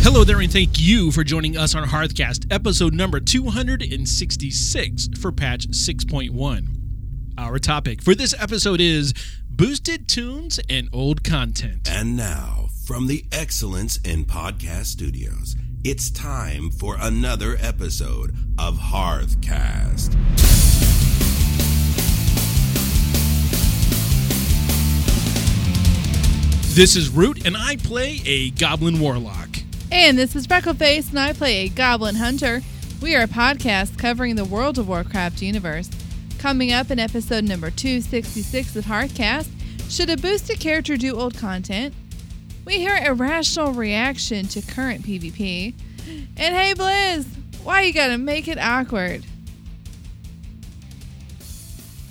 Hello there, and thank you for joining us on Hearthcast, episode number 266 for patch 6.1. Our topic for this episode is boosted tunes and old content. And now, from the Excellence in Podcast Studios, it's time for another episode of Hearthcast. This is Root, and I play a Goblin Warlock. And this is Freckleface, and I play a Goblin Hunter. We are a podcast covering the World of Warcraft universe. Coming up in episode number 266 of Hearthcast, should a boosted character do old content? We hear irrational reaction to current PvP. And hey, Blizz, why you gotta make it awkward?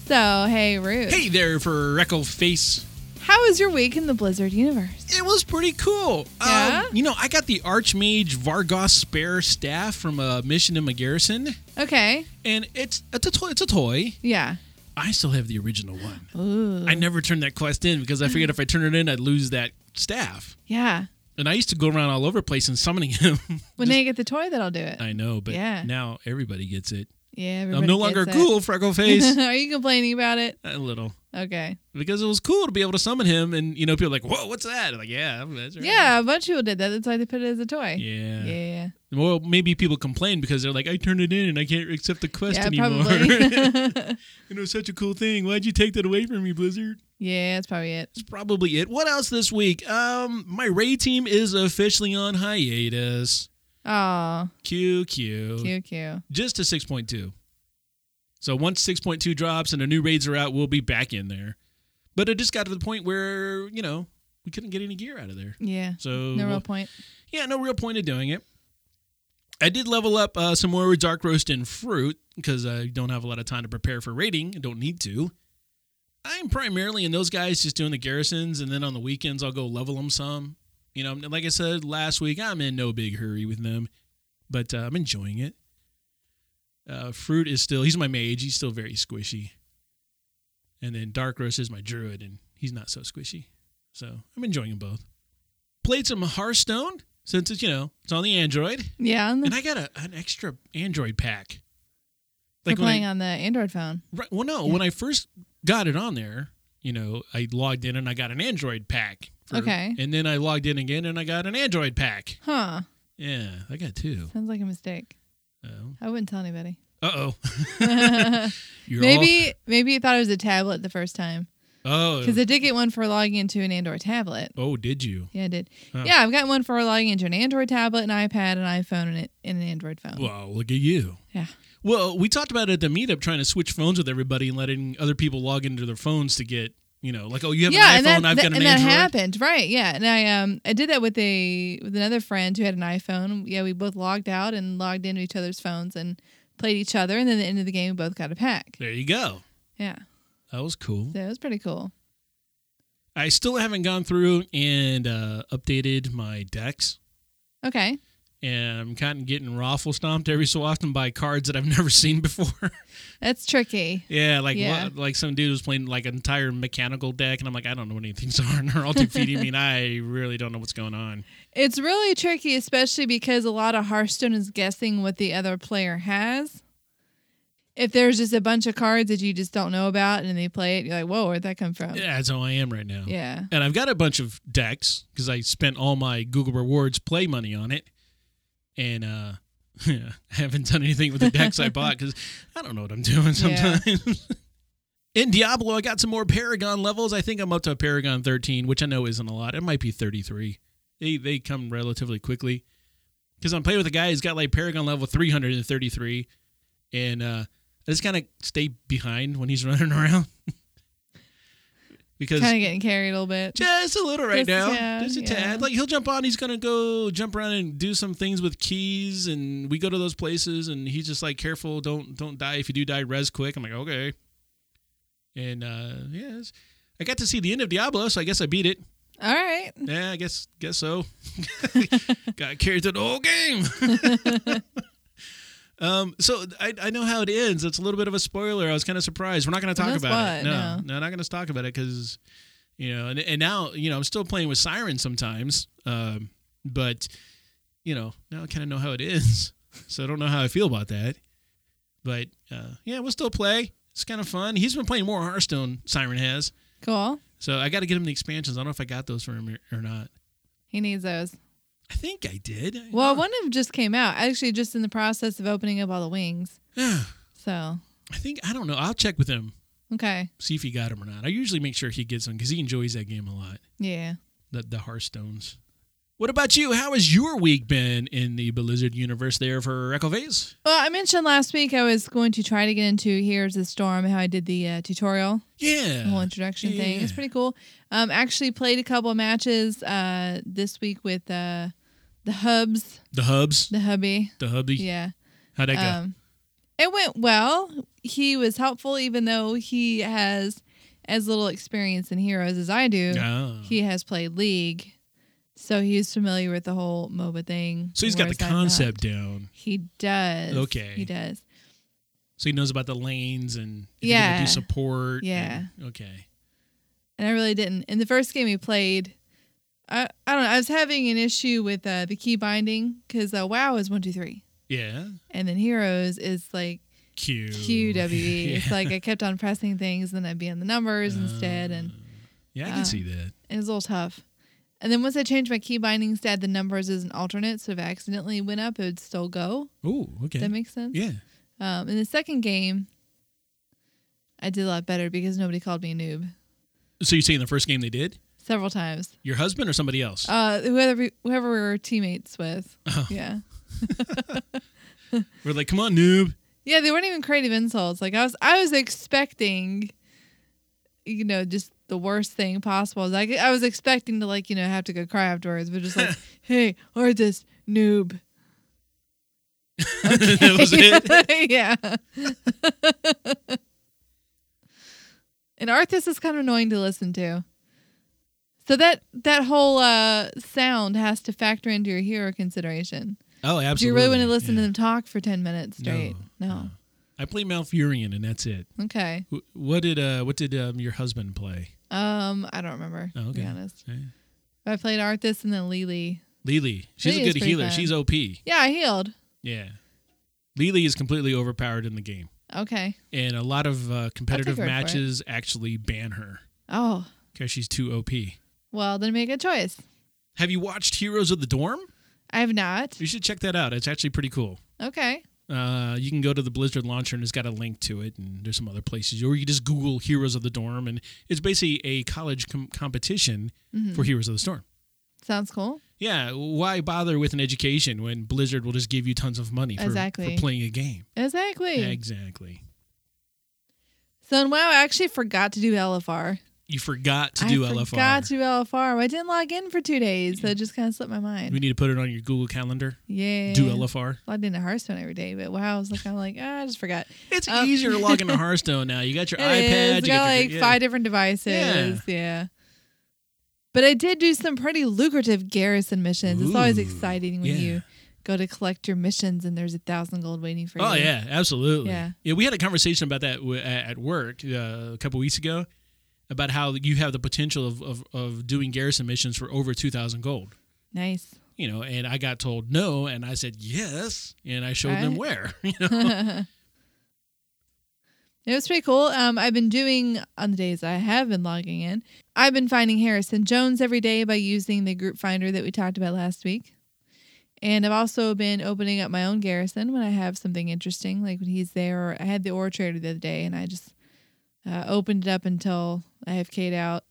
So, hey, Root, Hey there, for Freckle Face. how was your week in the Blizzard universe? It was pretty cool. Yeah? Um, you know, I got the Archmage Vargoss Spare Staff from a mission in my garrison, Okay, and it's it's a toy. It's a toy. yeah. I still have the original one. Ooh, I never turned that quest in because I Mm-hmm. figured if I turned it in, I'd lose that staff. yeah. And I used to go around all over the place and summoning him. When they get the toy, that'll do it. I know, but Yeah. now everybody gets it. Yeah, I'm everybody no longer gets it. cool, freckle face. Are you complaining about it? a little. Okay. Because it was cool to be able to summon him, and you know, people are like, "Whoa, what's that?" I'm like, yeah, that's right. Yeah, a bunch of people did that. That's why they put it as a toy. yeah, Yeah. Well, maybe people complain because they're like, "I turned it in, and I can't accept the quest Yeah, anymore." and probably. it was such a cool thing. Why'd you take that away from me, Blizzard? yeah, that's probably it. That's probably it. What else this week? Um, my raid team is officially on hiatus. Oh, QQ. cute, cute. just to 6.2. So once 6.2 drops and the new raids are out, we'll be back in there. But it just got to the point where, you know, we couldn't get any gear out of there. Yeah. So, No real point. yeah, no real point of doing it. I did level up uh, some more dark roast and fruit because I don't have a lot of time to prepare for raiding. I don't need to. I'm primarily in those guys just doing the garrisons, and then on the weekends I'll go level them some. You know, like I said last week, I'm in no big hurry with them, but uh, I'm enjoying it. Uh, fruit is still he's my mage. He's still very squishy, and then dark roast is my druid, and he's not so squishy. So I'm enjoying them both. Played some Hearthstone since it's you know it's on the Android, Yeah, on the, and I got a, an extra Android pack. for when I- playing on the Android phone. Right. Well, no. Yeah. When I first got it on there, you know, I logged in and I got an Android pack. Okay. And then I logged in again and I got an Android pack. Huh. Yeah, I got two. Sounds like a mistake. Oh. I wouldn't tell anybody. Uh oh. You're maybe maybe you thought it was a tablet the first time. All, oh. Because I did get one for logging into an Android tablet. Oh, did you? Yeah, I did. Huh. Yeah, I've got one for logging into an Android tablet, an iPad, an iPhone, and, a- and an Android phone. Well, look at you. Yeah. Well, we talked about it at the meetup trying to switch phones with everybody and letting other people log into their phones to get, you know, like, oh, you have yeah, an iPhone, and that, I've that- got an and that Android. happened, right? Yeah, and I um I did that with a with another friend who had an iPhone. Yeah, we both logged out and logged into each other's phones and played each other, and then at the end of the game, we both got a pack. There you go. Yeah, That was cool. so it was pretty cool. I still haven't gone through and uh, updated my decks. Okay, and I'm kind of getting raffle stomped every so often by cards that I've never seen before. that's tricky. yeah, like Yeah. what- like some dude was playing like an entire mechanical deck, and I'm like, I don't know what any of these are, and they're all defeating me, and I really don't know what's going on. It's really tricky, especially because a lot of Hearthstone is guessing what the other player has. If there's just a bunch of cards that you just don't know about and they play it, you're like, "Whoa, where'd that come from?" Yeah, that's how I am right now. yeah. And I've got a bunch of decks because I spent all my Google Rewards play money on it, and uh, I haven't done anything with the decks I bought because I don't know what I'm doing Yeah. sometimes. In Diablo, I got some more Paragon levels. I think I'm up to Paragon 13, which I know isn't a lot. It might be 33. They they come relatively quickly because I'm playing with a guy who's got like Paragon level 333, and uh, I just kind of stay behind when he's running around because Kind of getting carried a little bit. just a little right Just a now. tad, just a yeah. tad. Like he'll jump on. He's gonna go jump around and do some things with keys, and we go to those places, and he's just like, "Careful, don't don't die. If you do die, res quick." I'm like, "Okay." And uh yes, I got to see the end of Diablo, so I guess I beat it. All right. Yeah, I guess guess so. Got carried through the whole game. um, so I, I know how it ends. It's a little bit of a spoiler. I was kind of surprised. We're not going to talk That's about it. what? No, no, not going to talk about it because you know, and, and now you know I'm still playing with Siren sometimes, um, but you know, now I kind of know how it is. So I don't know how I feel about that. But uh, yeah, we'll still play. It's kind of fun. He's been playing more Hearthstone, Siren has. Cool. So I got to get him the expansions. I don't know if I got those for him or or not. He needs those. I think I did. Well, one of them just came out. Actually, just in the process of opening up all the wings. I So, think, I don't know. I'll check with him, okay. see if he got them or not. I usually make sure he gets them because he enjoys that game a lot, Yeah. the, the Hearthstones. What about you? How has your week been in the Blizzard universe there for Echo Phase? Well, I mentioned last week I was going to try to get into Here's the Storm, how I did the uh, tutorial, Yeah. the whole introduction thing. It's Yeah. pretty cool. Um, actually played a couple of matches uh, this week with uh, the hubs, The hubs. the hubby. The hubby. Yeah. How'd that go? Um, it went well. He was helpful, even though he has as little experience in Heroes as I do. Ah. He has played League, so he's familiar with the whole MOBA thing. so he's got the whereas I'm not. concept down. He does. Okay. He does. So he knows about the lanes and if you're gonna Yeah. do support. Yeah. and- okay. And I really didn't. In the first game we played, I, I don't know. I was having an issue with uh, the key binding because uh, WoW is one two three, Yeah. and then Heroes is like Q. QWE. It's Yeah. like I kept on pressing things, and then I'd be on the numbers instead, and Ah. Yeah, I can uh, see that. It was a little tough. And then once I changed my key bindings to add the numbers as an alternate, so if I accidentally went up, it would still go. Oh, okay. Does that make sense? yeah. Um, in the second game, I did a lot better because nobody called me a noob So you're saying the first game they did? several times. Your husband or somebody else? Uh, whoever we- whoever we were teammates with, Oh. yeah, We're like, come on, noob. yeah, they weren't even creative insults. Like I was, I was expecting, you know, just the worst thing possible. Like I was expecting to like you know have to go cry afterwards, but just like, hey, or this noob. that was it. yeah. and Arthas is kind of annoying to listen to. So that that whole uh, sound has to factor into your hero consideration. Oh, absolutely. Do you really want to listen Yeah. to them talk for ten minutes straight? No. no. I play Malfurion and that's it. Okay. Wh- What did uh what did um, your husband play? Um, I don't remember. Oh, To okay. be honest, Yeah. I played Arthas and then Lily. Lily. She's Lily a is good pretty healer. fun. She's OP. Yeah, I healed. Yeah. Lily is completely overpowered in the game. Okay. And a lot of uh, competitive word for it. matches actually ban her Oh, because she's too OP. well, then make a choice. Have you watched Heroes of the Dorm? I have not. You should check that out. It's actually pretty cool. Okay. Uh, you can go to the Blizzard launcher and it's got a link to it, and there's some other places. Or you just Google Heroes of the Dorm, and it's basically a college com- competition Mm-hmm. for Heroes of the Storm. Sounds cool. Yeah, why bother with an education when Blizzard will just give you tons of money for, Exactly. for playing a game? Exactly. Exactly. So in WoW, I actually forgot to do LFR. You forgot to do I LFR. forgot to do LFR. I didn't log in for two days, so it just kind of slipped my We mind. need to put it on your Google Calendar. Yeah. Do LFR. Logged into Hearthstone every day, but WoW I was like, I'm like, ah, I just forgot. It's Um, easier to log into Hearthstone now. You got your It iPad. is. You got got your- like yeah. five different devices. Yeah. But I did do some pretty lucrative garrison missions. It's always Ooh, exciting when yeah. you go to collect your missions and there's a thousand gold waiting for Oh you. yeah, absolutely. Yeah. we had a conversation about that w- at at work uh, a couple weeks ago about how you have the potential of, of, of doing garrison missions for over 2000 gold Nice. you know and i got told no and i said yes and i showed them Right. where you know It was pretty cool. Um, I've been doing on the days I have been logging in. I've been finding Harrison Jones every day by using the group finder that we talked about last week. And I've also been opening up my own Garrison when I have something interesting, like when he's there. Or I had the Aura Trader the other day, and I just uh, opened it up until I have Kate out.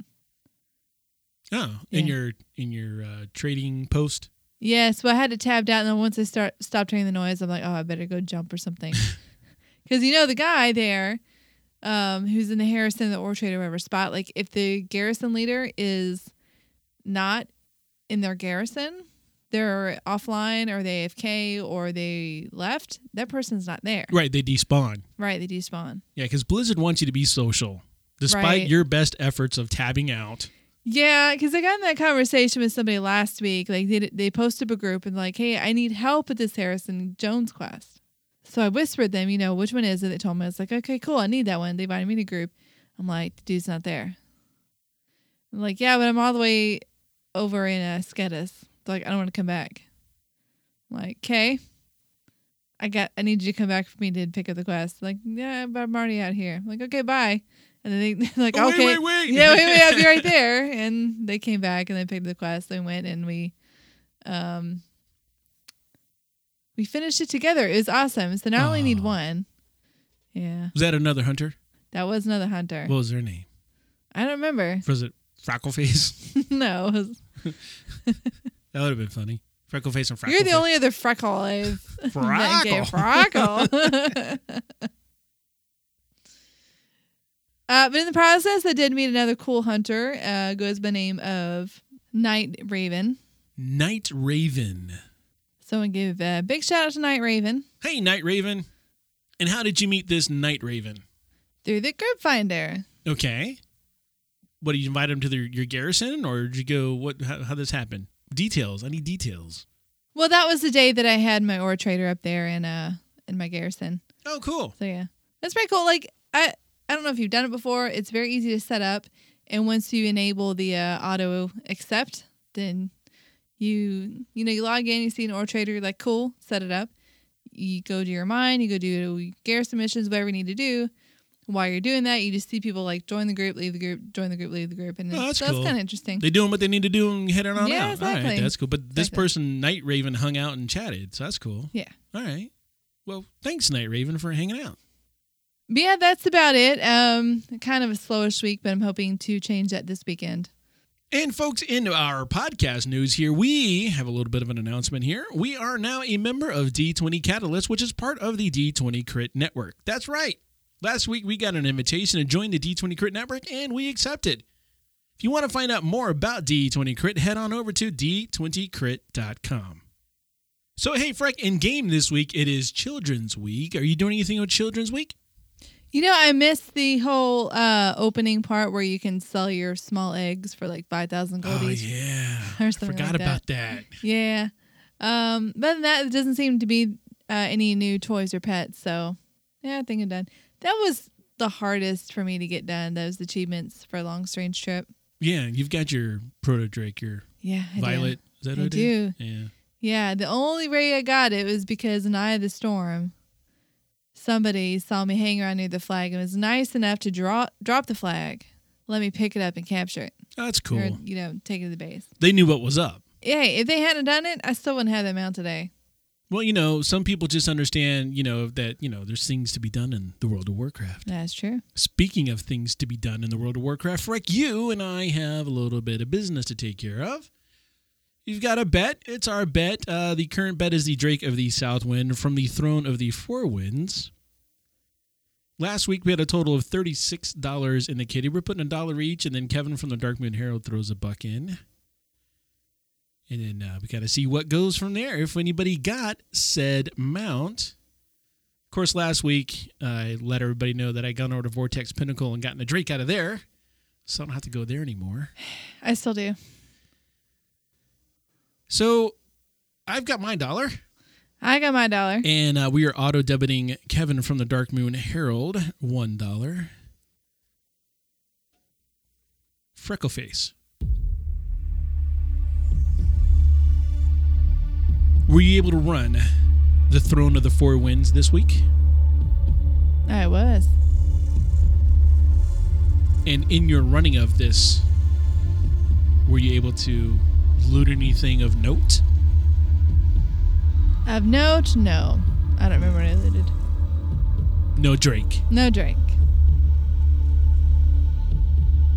oh in Yeah. your in your uh, trading post Yeah, so I had it tabbed out, and then once I start stopped hearing the noise, I'm like, oh, I better go jump or something, because you know the guy there, um, who's in the Harrison, the Orchard, or whatever spot. Like, if the garrison leader is not in their garrison, they're offline or they AFK or they left. That person's not there, right they despawn right? They despawn. yeah because blizzard wants you to be social despite Right. your best efforts of tabbing out Yeah, because I got in that conversation with somebody last week. Like they they posted a group and like, hey, I need help with this Harrison Jones quest. So I whispered them, you know, which one is it? They told me I was like, okay, cool, I need that one. They invited me to group. I'm like, the dude's not there. I'm like, yeah, but I'm all the way over in uh, Sketis. They're like, I don't want to come back. Like, okay, I got. I need you to come back for me to pick up the quest. Like, yeah, but I'm already out here. I'm like, okay, bye. And then they, they're like, Oh, wait, okay, wait, wait. yeah, wait, wait, I'll be right there. And they came back and they picked up the quest and went and we, um, we finished it together. It was awesome. So now I only need Aw. one. Yeah, Was that another hunter? that was another hunter. What was their name? I don't remember. Was it Freckleface? no, it was- That would have been funny. Freckleface and Freckleface. You're the only other freckle I've met gay freckle. uh, but in the process, I did meet another cool hunter. Uh, goes by the name of Night Raven. Night Raven. Someone give a big shout out to Night Raven Hey, Night Raven. And how did you meet this Night Raven? through the group finder. Okay. What did you invite him to the, your garrison, or did you go? What? How, how this happen? Details. I need details. Well, that was the day that I had my ore trader up there in uh in my garrison. Oh, cool. So yeah, that's pretty cool. Like I, I don't know if you've done it before. It's very easy to set up, and once you enable the uh, auto accept, then you you know you log in, you see an ore trader, you're like cool, set it up. You go to your mine, you go do garrison missions, whatever you need to do. While you're doing that, you just see people like join the group, leave the group, join the group, leave the group, and Oh, that's so that's cool. kind of interesting. They doing what they need to do and heading on Yeah, out. All right, exactly. that's cool. But this Exactly. person, Night Raven, hung out and chatted, so that's cool. Yeah. All right. Well, thanks, Night Raven, for hanging out. But yeah, that's about it. Um, kind of a slowish week, but I'm hoping to change that this weekend. And folks, in our podcast news here, we have a little bit of an announcement here. We are now a member of D20 Catalyst, which is part of the D20 Crit Network. That's right. Last week we got an invitation to join the D20 Crit Network and we accepted. If you want to find out more about D20 Crit, head on over to d20crit.com. So hey, Freck, in game this week it is Children's Week. Are you doing anything with Children's Week? You know, I missed the whole uh, opening part where you can sell your small eggs for like 5,000 Oh goldies. yeah. Or I something forgot like that. about that. yeah. Um, but other than that, it doesn't seem to be uh, any new toys or pets. So, yeah, I think I'm done. That was the hardest for me to get done, those achievements for a long strange trip. Yeah, you've got your proto Drake, your Yeah. I did. Violet. Is that I what it is? Yeah. Yeah. The only way I got it was because in Eye of the Storm, somebody saw me hang around near the flag and was nice enough to draw, drop the flag, let me pick it up and capture it. Oh, That's cool. or you know take it to the base. They knew what was up. Yeah, if they hadn't done it, I still wouldn't have that mount today. Well, you know, some people just understand, you know, that, you know, there's things to be done in the World of Warcraft. That's true. Speaking of things to be done in the World of Warcraft, Rick, you and I have a little bit of business to take care of. You've got a bet. It's our bet. Uh, the current bet is the Drake of the Southwind from the Throne of the Four Winds. Last week we had a total of thirty-six dollars in the kitty. We're putting a dollar each, and then Kevin from the Dark Moon Herald throws a buck in, and then uh, we got to see what goes from there. If anybody got said mount, of course, last week I let everybody know that I got over to Vortex Pinnacle and gotten a drink out of there, so I don't have to go there anymore. I still do. So I've got my dollar. I got my dollar. And uh, we are auto debiting Kevin from the Dark Moon Herald one dollar. Freckleface. Were you able to run the Throne of the Four Winds this week? I was. And in your running of this, were you able to loot anything of note? Of note, no. I don't remember what I looted. No, Drake. No drink.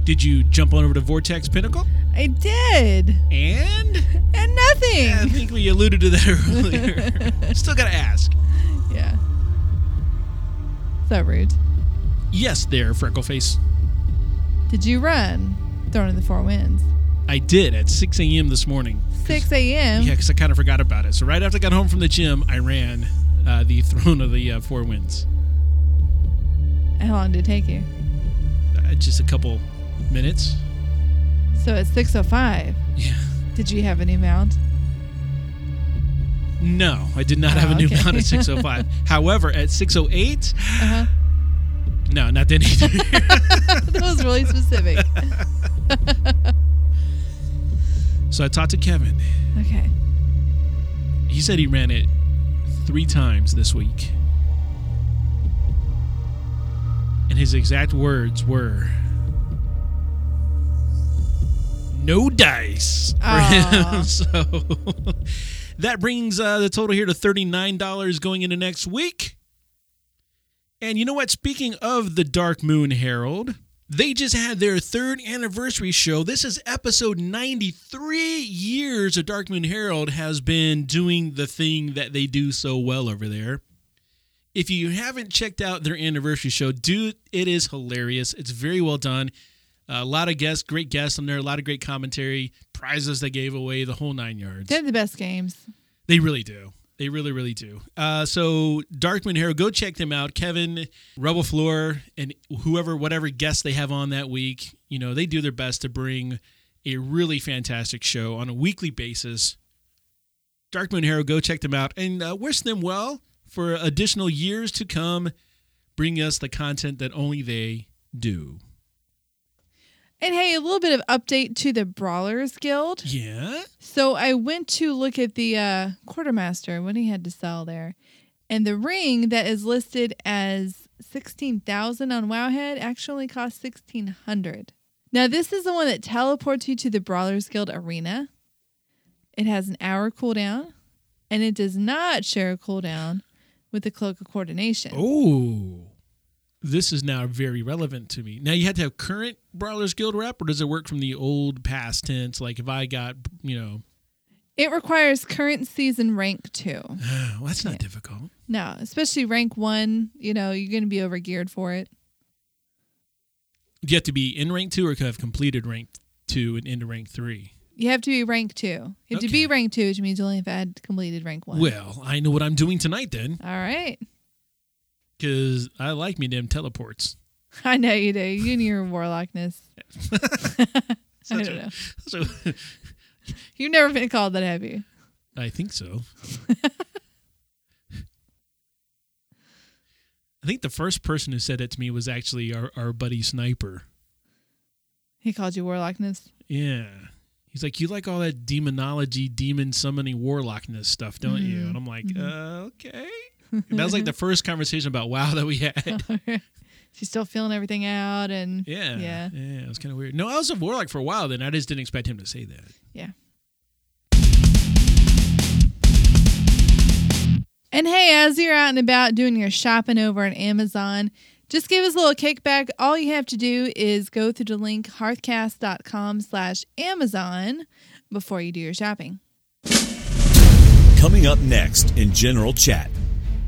Did you jump on over to Vortex Pinnacle? I did, And. Yeah, and I nothing. think we alluded to that earlier. Still gotta ask. Yeah. So rude. Yes, there, Freckleface. Did you run? Throwing in the four winds. I did at 6 a.m. this morning. Six a.m. Yeah, because I kind of forgot about it. So right after I got home from the gym, I ran uh, the Throne of the uh, Four Winds. How long did it take you? Uh, just a couple minutes. So at six o five, Yeah. did you have any mount? No, I did not Oh, have a new okay. mount at 6:05. However, at 6:08, Uh huh. no, not then either. that was really specific. so I talked to Kevin. Okay. He he said he ran it three times this week. And his exact words were no dice for Aw. him. So that brings uh, the total here to $39 going into next week. And you know what? Speaking of the Dark Moon Herald, they just had their third anniversary show. This is episode 93 years of Dark Moon Herald has been doing the thing that they do so well over there. If you haven't checked out their anniversary show, do it. It is hilarious. It's very well done. a lot of guests, great guests on there, a lot of great commentary, prizes they gave away, the whole nine yards. They're the best games. They really do. They really, really do. Uh, so Darkman Hero, go check them out. Kevin, Rebel Floor, and whoever, whatever guest they have on that week, you know, they do their best to bring a really fantastic show on a weekly basis. Darkman Hero, go check them out and uh, wish them well for additional years to come. Bring us the content that only they do. And hey, a little bit of update to the Brawlers Guild. Yeah. So I went to look at the uh, quartermaster what he had to sell there, and the ring that is listed as sixteen thousand on Wowhead actually cost sixteen hundred. Now this is the one that teleports you to the Brawlers Guild arena. It has an hour cooldown, and it does not share a cooldown with the Cloak of Coordination. Oh, this is now very relevant to me. Now you had to have current Brawlers Guild rep, or does it work from the old past tense? Like if I got, you know, It requires current season rank two. well, that's not difficult. No, especially rank one. You know you're going to be overgeared for it. Do you have to be in rank two, or could have completed rank two and into rank three? You have to be rank two. You have to be Okay. rank two, which means you only have had completed rank one. Well, I know what I'm doing tonight then, All right. because I like me damn teleports. I know you do. You and your warlockness. I Such don't a- know. So You've never been called that, have you? I think so. I think the first person who said that to me was actually our, our buddy Sniper. He called you warlockness. Yeah. He's like, you like all that demonology, demon summoning, warlockness stuff, don't you? And I'm like, uh, okay. That was like the first conversation about WoW that we had. She's still feeling everything out, and Yeah. yeah, Yeah. It was kind of weird. No, I was a warlock for a while then. I just didn't expect him to say that. yeah. And hey, as you're out and about doing your shopping over on Amazon, just give us a little kickback. All you have to do is go through the link hearthcast.com slash Amazon before you do your shopping. Coming up next in General Chat.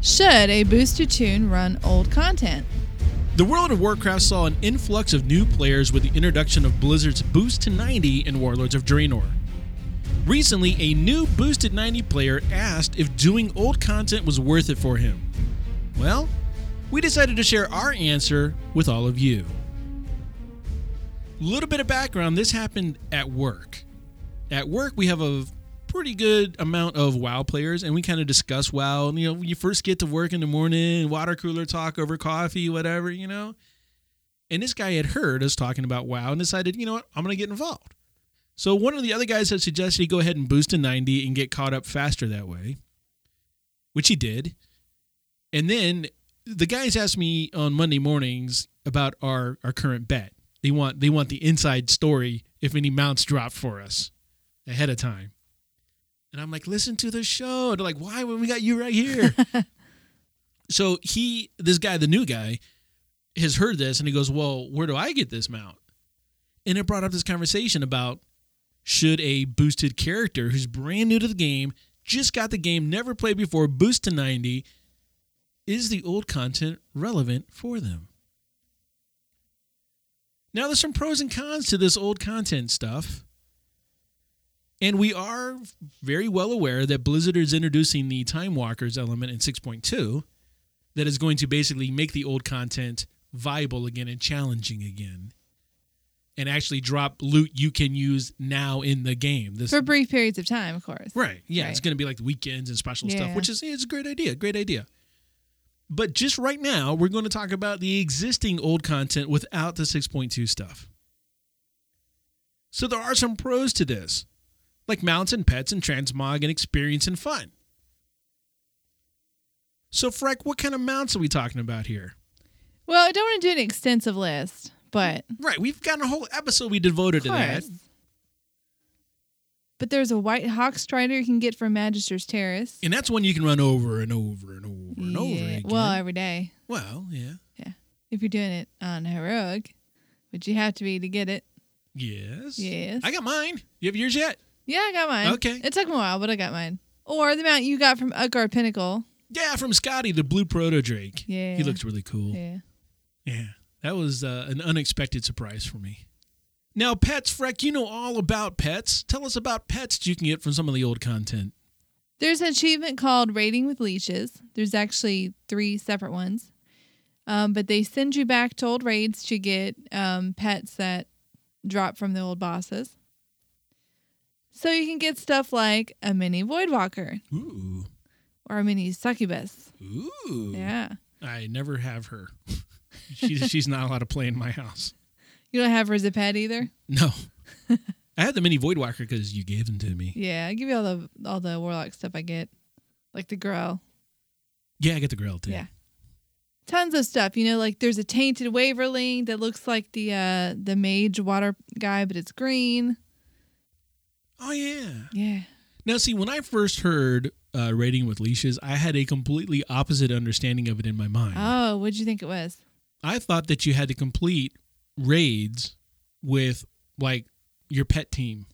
Should a booster tune run old content? The World of Warcraft saw an influx of new players with the introduction of Blizzard's Boost to 90 in Warlords of Draenor. Recently, a new Boosted 90 player asked if doing old content was worth it for him. Well, we decided to share our answer with all of you. Little bit of background this happened at work. At work, we have a pretty good amount of WoW players, and we kind of discuss WoW. And, you know, when you first get to work in the morning, water cooler talk over coffee, whatever, you know. And this guy had heard us talking about WoW and decided, you know what, I'm going to get involved. So one of the other guys had suggested he go ahead and boost to 90 and get caught up faster that way, which he did. And then the guys asked me on Monday mornings about our, our current bet. They want they want the inside story if any mounts drop for us ahead of time. And I'm like, listen to the show. And they're like, why when we got you right here? so he, this guy, the new guy, has heard this and he goes, well, where do I get this mount? And it brought up this conversation about should a boosted character who's brand new to the game, just got the game, never played before, boost to 90, is the old content relevant for them? Now, there's some pros and cons to this old content stuff. And we are very well aware that Blizzard is introducing the Time Walkers element in 6.2 that is going to basically make the old content viable again and challenging again and actually drop loot you can use now in the game. This For brief periods of time, of course. Right. Yeah, it's Right. going to be like the weekends and special stuff, Yeah. which is it's a great idea. Great idea. But just right now, we're going to talk about the existing old content without the 6.2 stuff. So there are some pros to this, like mounts and pets and transmog and experience and fun. So, Freck, what kind of mounts are we talking about here? Well, I don't want to do an extensive list, but Right, we've got a whole episode we devoted of to that. course. But there's a White Hawk Strider you can get from Magister's Terrace. And that's one you can run over and over and over and over Yeah, again. Well, every day. well, yeah. If you're doing it on heroic, which you have to be to get it. Yes. Yes. I got mine. You have yours yet? Yeah, I got mine. Okay. It took me a while, but I got mine. Or the mount you got from Utgard Pinnacle. Yeah, from Scotty, the blue proto Drake. Yeah. He looks really cool. Yeah. Yeah, that was uh, an unexpected surprise for me. Now, pets, Freck, you know all about pets. Tell us about pets that you can get from some of the old content. There's an achievement called Raiding with Leashes. There's actually three separate ones. Um, but they send you back to old raids to get um, pets that drop from the old bosses. So you can get stuff like a mini Voidwalker Ooh, or a mini Succubus. ooh. Yeah. I never have her. she's she's not allowed to play in my house. You don't have her as a pet either? No, I had the mini Voidwalker because you gave them to me. Yeah, I give you all the all the warlock stuff I get. Like the girl. Yeah, I get the grill too. Yeah. tons of stuff. You know, like there's a tainted Waverling that looks like the uh the mage water guy, but it's green. Oh yeah. Yeah. Now, see, when I first heard uh, rating with leashes, I had a completely opposite understanding of it in my mind. Oh, what'd you think it was? I thought that you had to complete raids with like your pet team.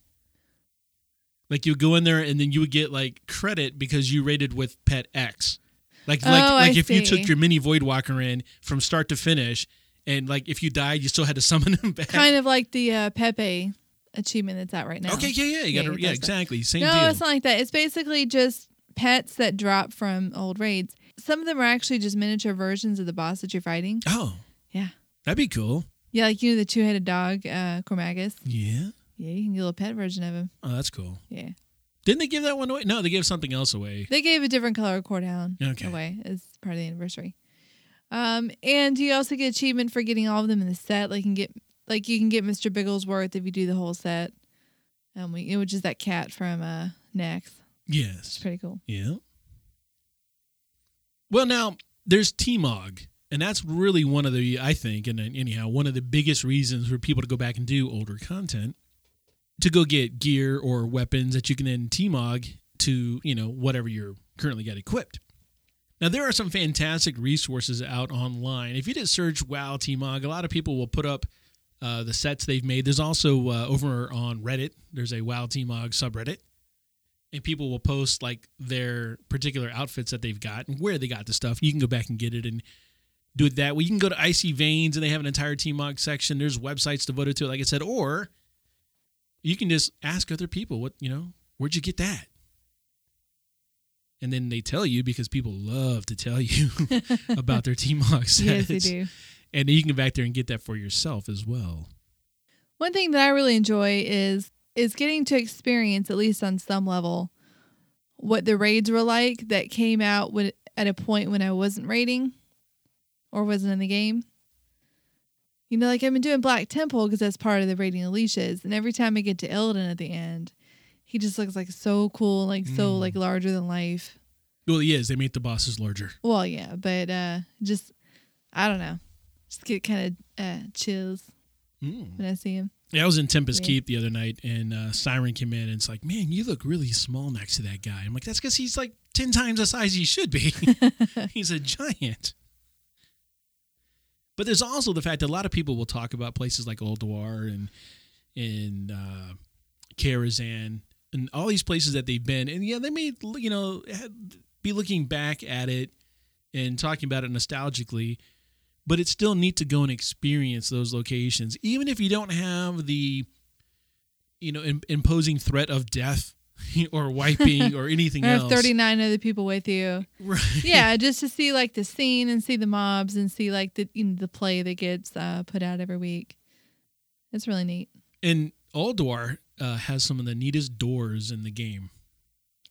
Like you would go in there and then you would get like credit because you raided with pet X. Like like Oh, I like if you see. took your mini void walker in from start to finish and like if you died you still had to summon him back. Kind of like the uh, Pepe achievement that's out right now. Okay, yeah, yeah, you Yeah, gotta, it yeah, does that. exactly. Same No, deal. it's not like that. It's basically just pets that drop from old raids. Some of them are actually just miniature versions of the boss that you're fighting. oh, Yeah. that'd be cool. Yeah, like you know the two headed dog, uh, Cormagus. Yeah. Yeah, you can get a little pet version of him. Oh, that's cool. Yeah. Didn't they give that one away? No, they gave something else away. They gave a different color cordon Okay. away as part of the anniversary. Um, and you also get achievement for getting all of them in the set. Like you can get like you can get Mr. Bigglesworth if you do the whole set. Um, we, which is that cat from uh Next. It's Yes. pretty cool. Yeah. Well, now there's T-Mog, and that's really one of the I think, and then anyhow, one of the biggest reasons for people to go back and do older content to go get gear or weapons that you can then T-Mog to you know whatever you're currently got equipped. Now there are some fantastic resources out online. If you just search WoW T-Mog, a lot of people will put up. Uh, the sets they've made. There's also uh, over on Reddit. There's a WoW T-Mog subreddit and people will post like their particular outfits that they've got and where they got the stuff. You can go back and get it and do it that way. You can go to Icy Veins and they have an entire T-Mog section. There's websites devoted to it, like I said, or you can just ask other people what you know. Where'd you get that? And then they tell you because people love to tell you about their T-Mog sets. yes, they do. And then you can go back there and get that for yourself as well. One thing that I really enjoy is is getting to experience at least on some level what the raids were like that came out when, at a point when I wasn't raiding or wasn't in the game. You know, like I've been doing Black Temple because that's part of the raiding Alicia's, and every time I get to Illidan at the end, he just looks like so cool, like so Mm. like larger than life. Well, he is. They make the bosses larger. Well, yeah, but uh just I don't know, just get kind of uh, chills Mm. when I see him. Yeah, I was in Tempest Yeah. Keep the other night, and uh, Siren came in and it's like, man, you look really small next to that guy. I'm like, that's because he's like 10 times the size he should be. he's a giant. But there's also the fact that a lot of people will talk about places like Old Dwar and, and uh, Karazhan and all these places that they've been. And yeah, they may, you know, be looking back at it and talking about it nostalgically but it's still neat to go and experience those locations even if you don't have the you know im- imposing threat of death or wiping or anything I have else 39 other people with you. right Yeah, just to see like the scene and see the mobs and see like the you know, the play that gets uh, put out every week. It's really neat. and Aldwar uh, has some of the neatest doors in the game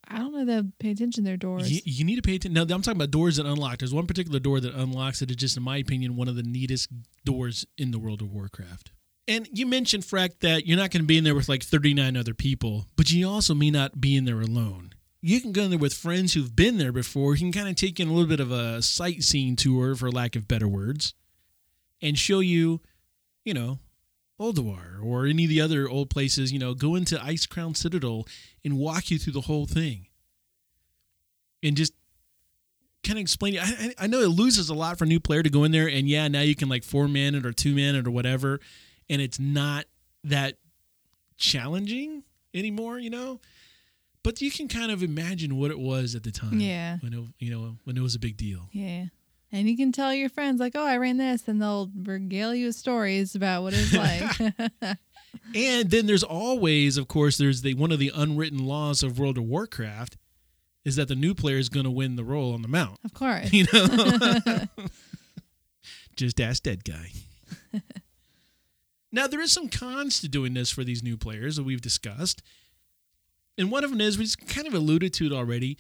I don't know if they pay attention to their doors. you, you need to pay attention now i'm talking about doors that unlock there's one particular door that unlocks that is just in my opinion one of the neatest doors in the world of warcraft and you mentioned frack that you're not going to be in there with like 39 other people but you also may not be in there alone you can go there with friends who've been there before. You can kind of take in a little bit of a sightseeing tour, for lack of better words, and show you, you know, Olduar or any of the other old places. You know, go into Ice Crown Citadel and walk you through the whole thing, and just kind of explain it. I, I- I know it loses a lot for a new player to go in there, and yeah, now you can like four man it or two man it or whatever, and it's not that challenging anymore. You know but you can kind of imagine what it was at the time. Yeah. When it, you know, when it was a big deal. Yeah. And you can tell your friends, like, oh, I ran this, and they'll regale you with stories about what it's like. And then there's always, of course, there's the one of the unwritten laws of World of Warcraft is that the new player is going to win the role on the mount. of course. You know, just ask that guy. now there is some cons to doing this for these new players that we've discussed, and one of them is we just kind of alluded to it already.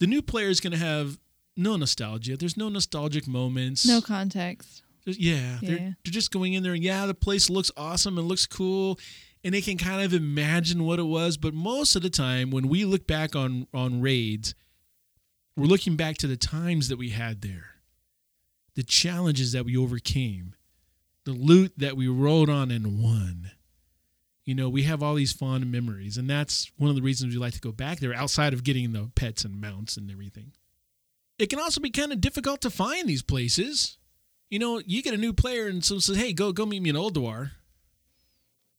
The new player is going to have no nostalgia. There's no nostalgic moments. No context. There's- Yeah, They're, Yeah. they're just going in there and yeah, the place looks awesome and looks cool, and they can kind of imagine what it was. But most of the time, when we look back on on raids, we're looking back to the times that we had there, the challenges that we overcame, the loot that we rolled on and won. You know, we have all these fond memories, and that's one of the reasons we like to go back there. Outside of getting the pets and mounts and everything, it can also be kind of difficult to find these places you know, you get a new player and someone says, "Hey, go go meet me in Olduar."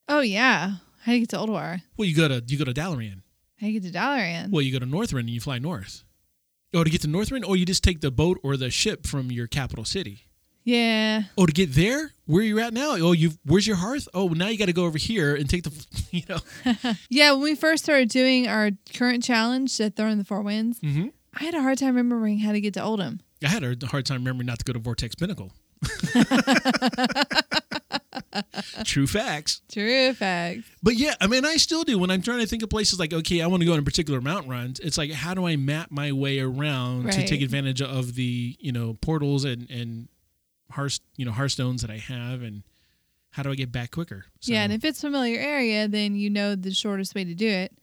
Oh, yeah. How do you get to Oldwar? Well, you go to you go to Dalaran. How do you get to Dalaran? Well, you go to Northrend and you fly north. Or to get to Northrend, or you just take the boat or the ship from your capital city. Yeah. Oh, to get there, where you're at now. Oh, you where's your hearth? Oh, now you got to go over here and take the you know. Yeah, when we first started doing our current challenge at Throne of the Four Winds, Mhm. I had a hard time remembering how to get to Oldham. I had a hard time remembering not to go to Vortex Pinnacle. True facts. True fact. But yeah, I mean, I still do when I'm trying to think of places like, okay, I want to go on a particular mountain run. It's like, how do I map my way around to Right. take advantage of the you know portals and and hearth you know hearthstones that I have, and how do I get back quicker? So, Yeah, and if it's familiar area, then you know the shortest way to do it.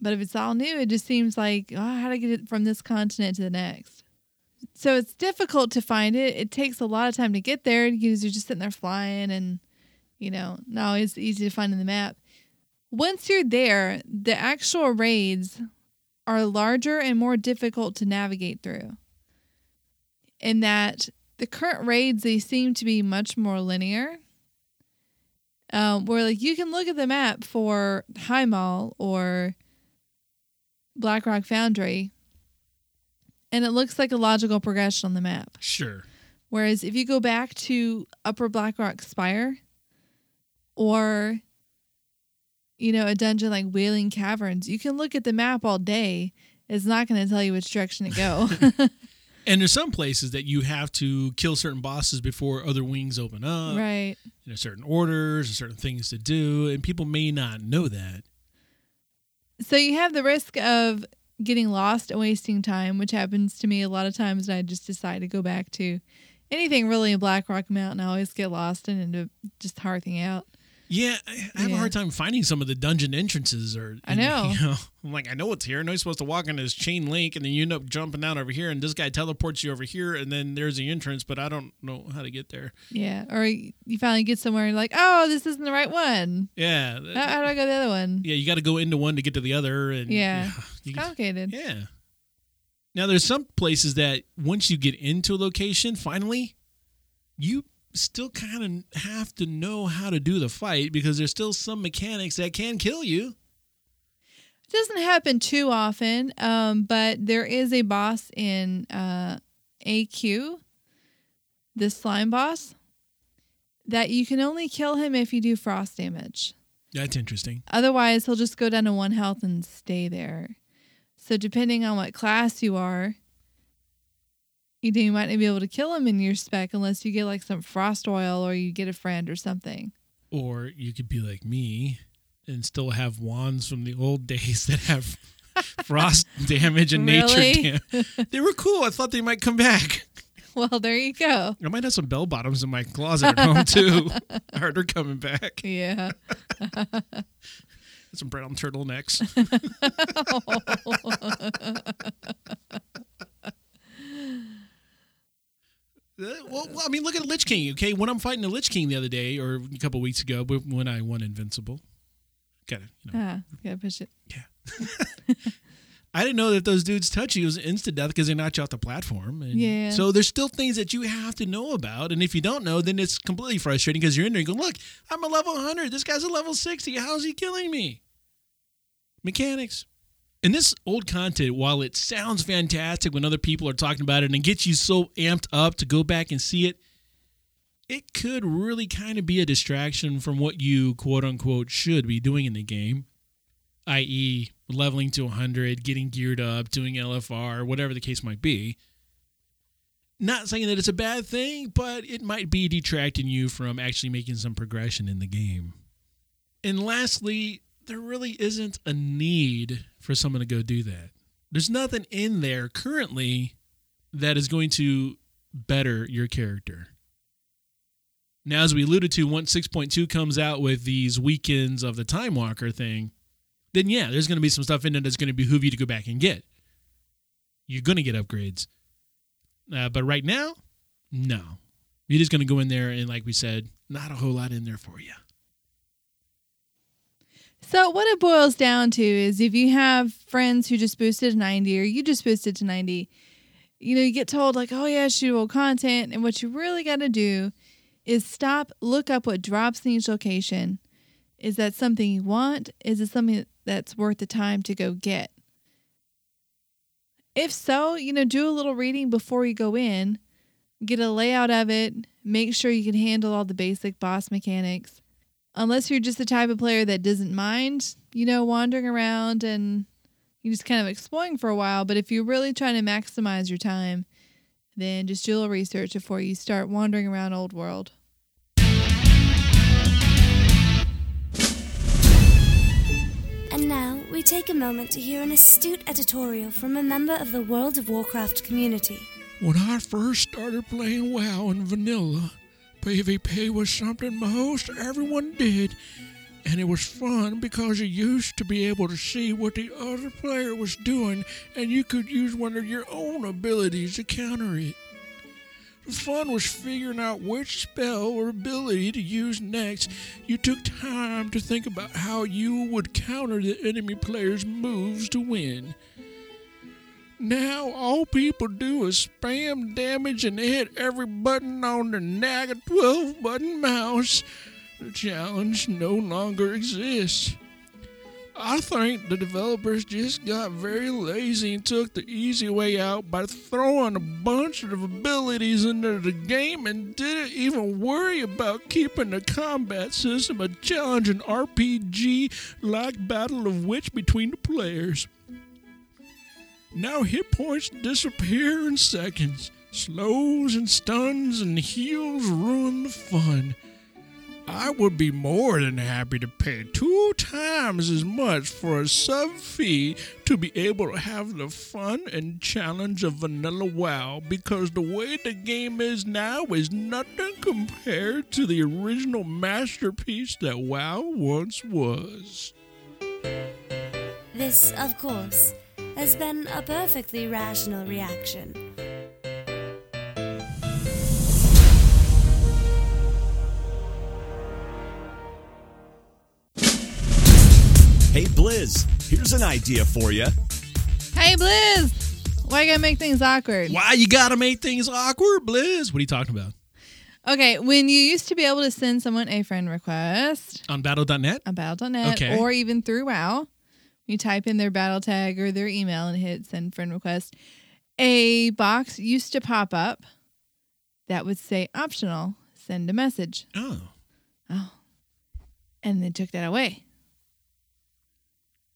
But if it's all new, it just seems like oh, how do I get it from this continent to the next? So it's difficult to find it. It takes a lot of time to get there because you're just sitting there flying, and you know, not always easy to find in the map. Once you're there, the actual raids are larger and more difficult to navigate through. In that the current raids they seem to be much more linear um, where like you can look at the map for High Mall or Blackrock Foundry, and it looks like a logical progression on the map. sure, Whereas if you go back to Upper Blackrock Spire, or you know a dungeon like Wailing Caverns, you can look at the map all day. It's not going to tell you which direction to go. and there's some places that you have to kill certain bosses before other wings open up. right. There's certain orders, there's certain things to do, and people may not know that. So you have the risk of getting lost and wasting time, which happens to me a lot of times. And I just decide to go back to anything really in Black Rock Mountain. I always get lost and end up just hearthing out. Yeah, I, I have a Yeah. hard time finding some of the dungeon entrances. Or I know. you I'm like, I know it's here. I know you're supposed to walk in this chain link, and then you end up jumping down over here, and this guy teleports you over here, and then there's the entrance, but I don't know how to get there. Yeah. Or you finally get somewhere and you're like, oh, this isn't the right one. Yeah, that- How, how do I go to the other one? yeah, you got to go into one to get to the other, and Yeah. you- Complicated. yeah. Now there's some places that once you get into a location, finally, you still kind of have to know how to do the fight because there's still some mechanics that can kill you. It doesn't happen too often, um, but there is a boss in uh, AQ, this slime boss, that you can only kill him if you do frost damage. That's interesting. Otherwise, he'll just go down to one health and stay there. So, depending on what class you are, you, you might not be able to kill him in your spec unless you get like some frost oil or you get a friend or something. Or you could be like me and still have wands from the old days that have frost damage and Really? nature damage. They were cool. I thought they might come back. Well, there you go. I might have some bell bottoms in my closet at home too. I heard her coming back. Yeah. some brown turtlenecks. Uh, Well, well, I mean, look at Lich King. Okay, when I'm fighting the Lich King the other day, or a couple weeks ago, wh- when I won Invincible, gotta, you know, Ah, gotta push it. I didn't know that if those dudes touch you, it was instant death because they knock you off the platform. And Yeah. So there's still things that you have to know about, and if you don't know, then it's completely frustrating because you're in there and going, "Look, I'm a level 100. This guy's a level 60. How's he killing me?" Mechanics. And this old content, while it sounds fantastic when other people are talking about it and it gets you so amped up to go back and see it, it could really kind of be a distraction from what you quote unquote should be doing in the game, i.e., e, leveling to 100, getting geared up, doing LFR, whatever the case might be. Not saying that it's a bad thing, but it might be detracting you from actually making some progression in the game. And lastly, there really isn't a need for someone to go do that. There's nothing in there currently that is going to better your character. Now, as we alluded to, once 6.2 comes out with these weekends of the Time Walker thing, then yeah, there's going to be some stuff in it that's going to behoove you to go back and get. You're going to get upgrades. Uh, but right now, no. You're just going to go in there and, like we said, not a whole lot in there for you. So what it boils down to is if you have friends who just boosted to 90 or you just boosted to 90, you know, you get told like, oh yeah, shootable content. And what you really got to do is stop, look up what drops in each location. Is that something you want? Is it something that's worth the time to go get? If so, you know, do a little reading before you go in, get a layout of it, make sure you can handle all the basic boss mechanics unless you're just the type of player that doesn't mind, you know, wandering around and you just kind of exploring for a while. But if you're really trying to maximize your time, then just do a little research before you start wandering around old world. And now we take a moment to hear an astute editorial from a member of the World of Warcraft community. When I first started playing WoW in vanilla, PvP was something most everyone did, and it was fun because you used to be able to see what the other player was doing, and you could use one of your own abilities to counter it. The fun was figuring out which spell or ability to use next. You took time to think about how you would counter the enemy player's moves to win. Now all people do is spam damage and hit every button on their Naga 12 button mouse. The challenge no longer exists. I think the developers just got very lazy and took the easy way out by throwing a bunch of abilities into the game and didn't even worry about keeping the combat system a challenging RPG like Battle of Witch between the players. Now hit points disappear in seconds. Slows and stuns and heals ruin the fun. I would be more than happy to pay two times as much for a sub fee to be able to have the fun and challenge of Vanilla WoW because the way the game is now is nothing compared to the original masterpiece that WoW once was. This, of course, has been a perfectly rational reaction. Hey, Blizz, here's an idea for you. Hey, Blizz! Why you gotta make things awkward? Why you gotta make things awkward, Blizz? What are you talking about? Okay, when you used to be able to send someone a friend request On battle.net? on Battle.net Okay. or even through WoW, you type in their battle tag or their email and hit send friend request, a box used to pop up that would say optional, send a message. Oh. and they took that away.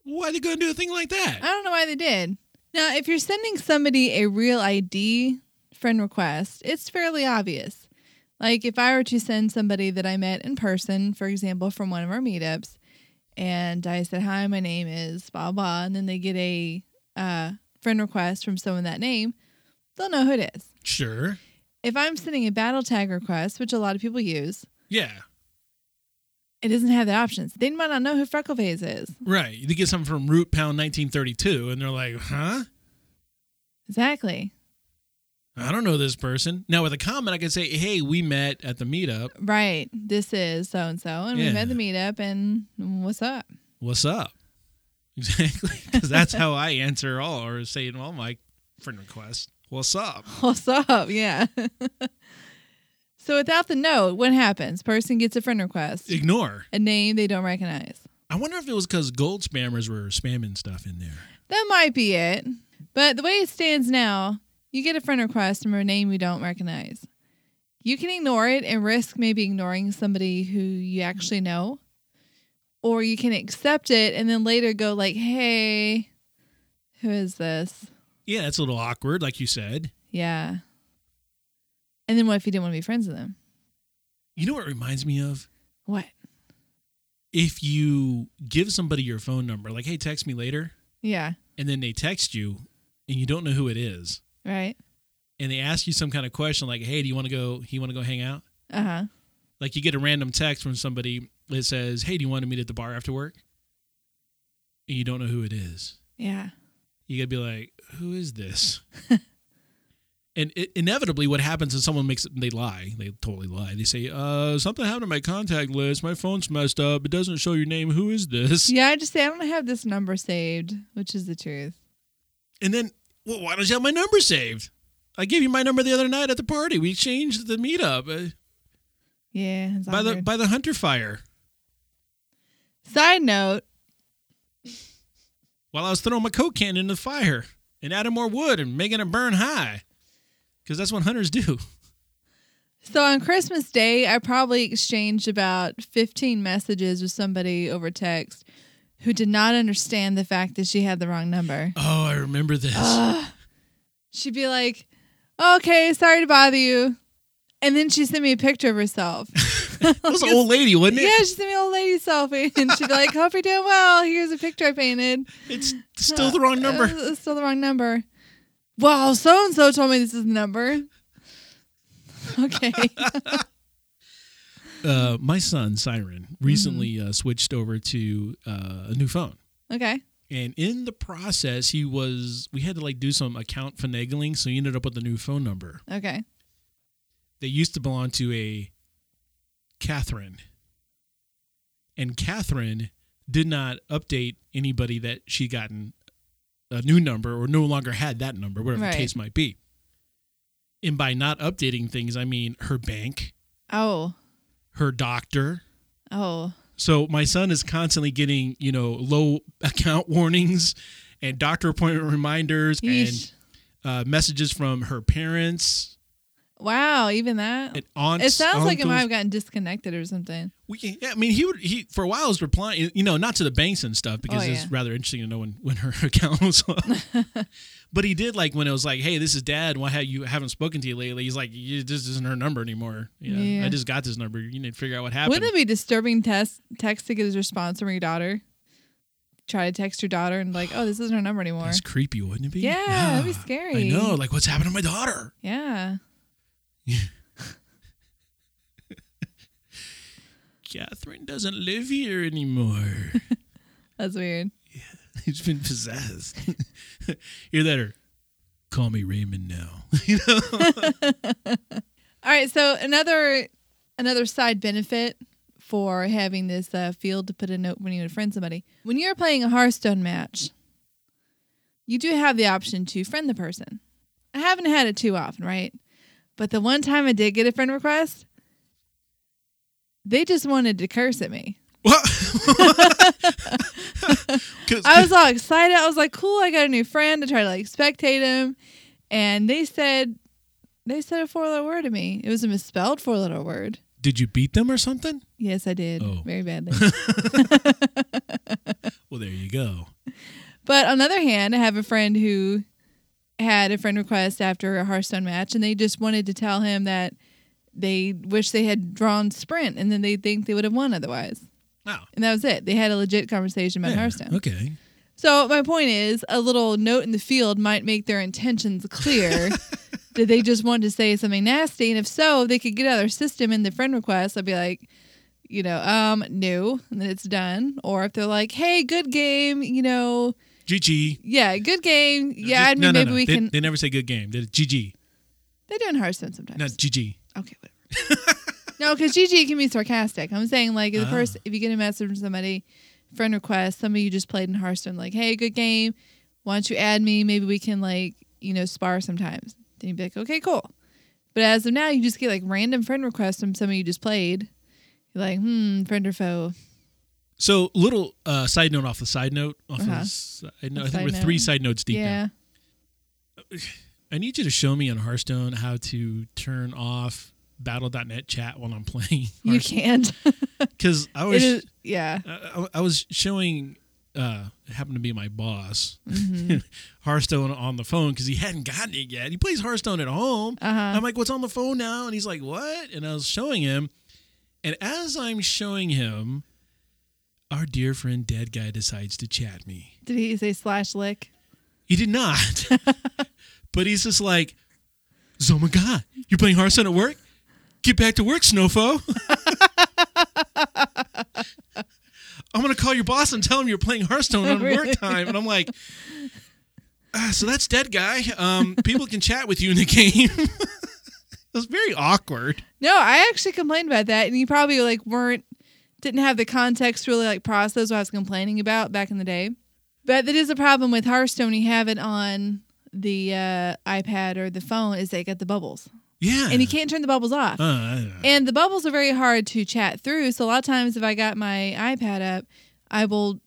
Why are they going to do a thing like that? I don't know why they did. Now, if you're sending somebody a real ID friend request, it's fairly obvious. Like if I were to send somebody that I met in person, for example, from one of our meetups, and I said, "Hi, my name is blah blah," and then they get a uh, friend request from someone that name, they'll know who it is. sure. If I'm sending a battle tag request, which a lot of people use, Yeah. it doesn't have the options. They might not know who Freckleface is. Right. They get something from Root Pound 1932, and they're like, huh? Exactly. I don't know this person. Now, with a comment, I could say, hey, we met at the meetup. Right. This is so and so, and we Yeah. met the meetup, and what's up? What's up? Exactly. Because that's how I answer all or say in all my friend requests. What's up? What's up? Yeah. so without the note, what happens? Person gets a friend request, Ignore. a name they don't recognize. I wonder if it was because gold spammers were spamming stuff in there. That might be it. But the way it stands now, you get a friend request from a name you don't recognize. You can ignore it and risk maybe ignoring somebody who you actually know. Or you can accept it and then later go like, "Hey, who is this?" Yeah, that's a little awkward, like you said. Yeah. And then what if you didn't want to be friends with them? You know what it reminds me of? What? If you give somebody your phone number, like, hey, text me later, Yeah, and then they text you and you don't know who it is, right? and they ask you some kind of question like, hey, do you want to go, you want to go hang out? Uh-huh. Like you get a random text from somebody that says, "Hey, do you want to meet at the bar after work?" And you don't know who it is. Yeah. You gotta be like, "Who is this?" and it, inevitably, what happens is someone makes they lie. They totally lie. They say, "Uh, something happened to my contact list. My phone's messed up. It doesn't show your name. Who is this?" Yeah, I just say I don't have this number saved, which is the truth. And then, well, why don't you have my number saved? I gave you my number the other night at the party. We exchanged the meetup uh, Yeah. it's by the awkward. by the hunter fire. Side note, while I was throwing my coke can in the fire and adding more wood and making it burn high. Because that's what hunters do. So on Christmas Day, I probably exchanged about 15 messages with somebody over text who did not understand the fact that she had the wrong number. Oh, I remember this. She'd be like, okay, sorry to bother you. And then she sent me a picture of herself. That was an old lady, wasn't it? yeah, she sent me an old lady selfie. And she'd be like, hope you're doing well. Here's a picture I painted. It's still the wrong number. Uh, it's still the wrong number. Well, so and so told me this is the number. Okay. Uh, my son, Siren, recently uh, switched over to uh, a new phone. okay. And in the process, he was, we had to like do some account finagling. So he ended up with a new phone number. Okay. They used to belong to a Catherine. And Catherine did not update anybody that she'd gotten a new number or no longer had that number, whatever Right. the case might be. And by not updating things, I mean her bank, Oh. her doctor. Oh. So my son is constantly getting, you know, low account warnings and doctor appointment reminders Yeesh. and uh, messages from her parents Wow, even that. and aunts. Oh. It sounds like it might uncles. have gotten disconnected or something. We can, yeah, I mean, he would he for a while was replying, you know, not to the banks and stuff because Oh, yeah. it's rather interesting to know when when her account was up. but he did like when it was like, hey, this is dad. Why have you haven't spoken to you lately? He's like, "You- this isn't her number anymore. Yeah, Yeah. I just got this number. You need to figure out what happened. Wouldn't it be disturbing test text to get a response from your daughter? Try to text your daughter and like, oh, this isn't her number anymore. That's creepy, wouldn't it be? Yeah, that'd be scary. I know. Like, what's happened to my daughter? Yeah. Catherine doesn't live here anymore. That's weird. He's been possessed. Hear that? Or call me Raymond now. you know. All right, so another another side benefit for having this uh, field to put a note when you would friend somebody. When you're playing a Hearthstone match, you do have the option to friend the person. I haven't had it too often, right? But the one time I did get a friend request, they just wanted to curse at me. What? 'Cause- I was all excited. I was like, "Cool, I got a new friend." to try to like spectate him, and they said they said a four-letter word to me. It was a misspelled four-letter word. did you beat them or something? Yes, I did Oh. very badly. Well, there you go. but on the other hand, I have a friend who had a friend request after a Hearthstone match, and they just wanted to tell him that they wish they had drawn Sprint, and then they think they would have won otherwise. Wow. And that was it. They had a legit conversation about Hearthstone. Okay. So my point is, a little note in the field might make their intentions clear. Did they just want to say something nasty? And if so, they could get out of their system in the friend request. I'd be like, you know, um, no, and then it's done. Or if they're like, hey, good game, you know, GG. yeah, good game. Yeah, I mean, no, no, maybe no. we they, can. They never say good game. They're GG, They do in Hearthstone sometimes. not GG. Okay, whatever. no, because GG can be sarcastic. I'm saying like the first if you get a message from somebody, friend request, somebody you just played in Hearthstone, like, hey, good game. Why don't you add me? Maybe we can like you know spar sometimes. Then you'd be like, okay, cool. But as of now, you just get like random friend requests from somebody you just played. You're like, hmm, friend or foe. So, little uh, side note off the side note. Off of Uh-huh. the side note. I think side we're three note. side notes deep now. yeah. I need you to show me on Hearthstone how to turn off battle.net chat while I'm playing. You can't. Because I It was is, yeah. I, I was showing uh it happened to be my boss Hearthstone on the phone because he hadn't gotten it yet. He plays Hearthstone at home. I'm like, what's on the phone now? And he's like, what? And I was showing him, and as I'm showing him, our dear friend Dead Guy decides to chat me. Did he say slash lick? He did not. but he's just like, oh my God, you're playing Hearthstone at work? Get back to work, Snowfo. I'm going to call your boss and tell him you're playing Hearthstone on Really? work time. And I'm like, "Ah, so that's dead guy. Um, people can chat with you in the game. it was very awkward. No, I actually complained about that, and you probably like weren't didn't have the context to really like process what I was complaining about back in the day. But that is a problem with Hearthstone. You have it on the uh, iPad or the phone is they get the bubbles, Yeah. and you can't turn the bubbles off. Uh, And the bubbles are very hard to chat through. So a lot of times, if I got my iPad up, I will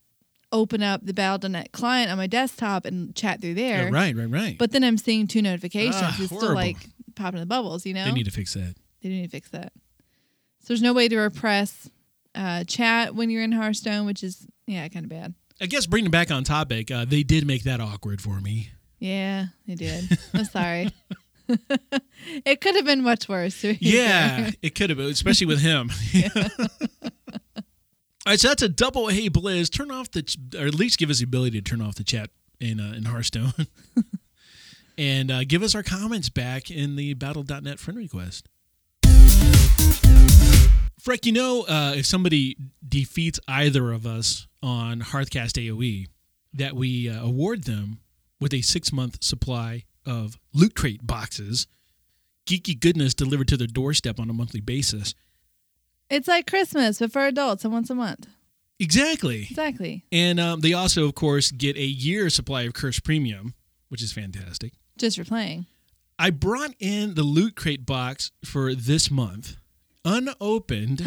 open up the Battle.net client on my desktop and chat through there. yeah, right, right, right. But then I'm seeing two notifications. Ah, it's still horrible. like popping the bubbles, you know? they need to fix that. They do need to fix that. So there's no way to repress uh, chat when you're in Hearthstone, which is yeah, kind of bad. I guess bringing back on topic, uh, they did make that awkward for me. Yeah, they did. I'm sorry. it could have been much worse. to be Yeah, fair. it could have, been, especially with him. All right, so that's a double A blizz. Turn off the, ch- or at least give us the ability to turn off the chat in uh, in Hearthstone, and uh, give us our comments back in the Battle.net friend request. Freck, you know, uh, if somebody defeats either of us on Hearthcast AOE, that we uh, award them with a six month supply of loot crate boxes geeky goodness delivered to their doorstep on a monthly basis. It's like Christmas, but for adults and once a month. Exactly. Exactly. And um, they also, of course, get a year supply of Curse Premium, which is fantastic. Just for playing. I brought in the loot crate box for this month, unopened,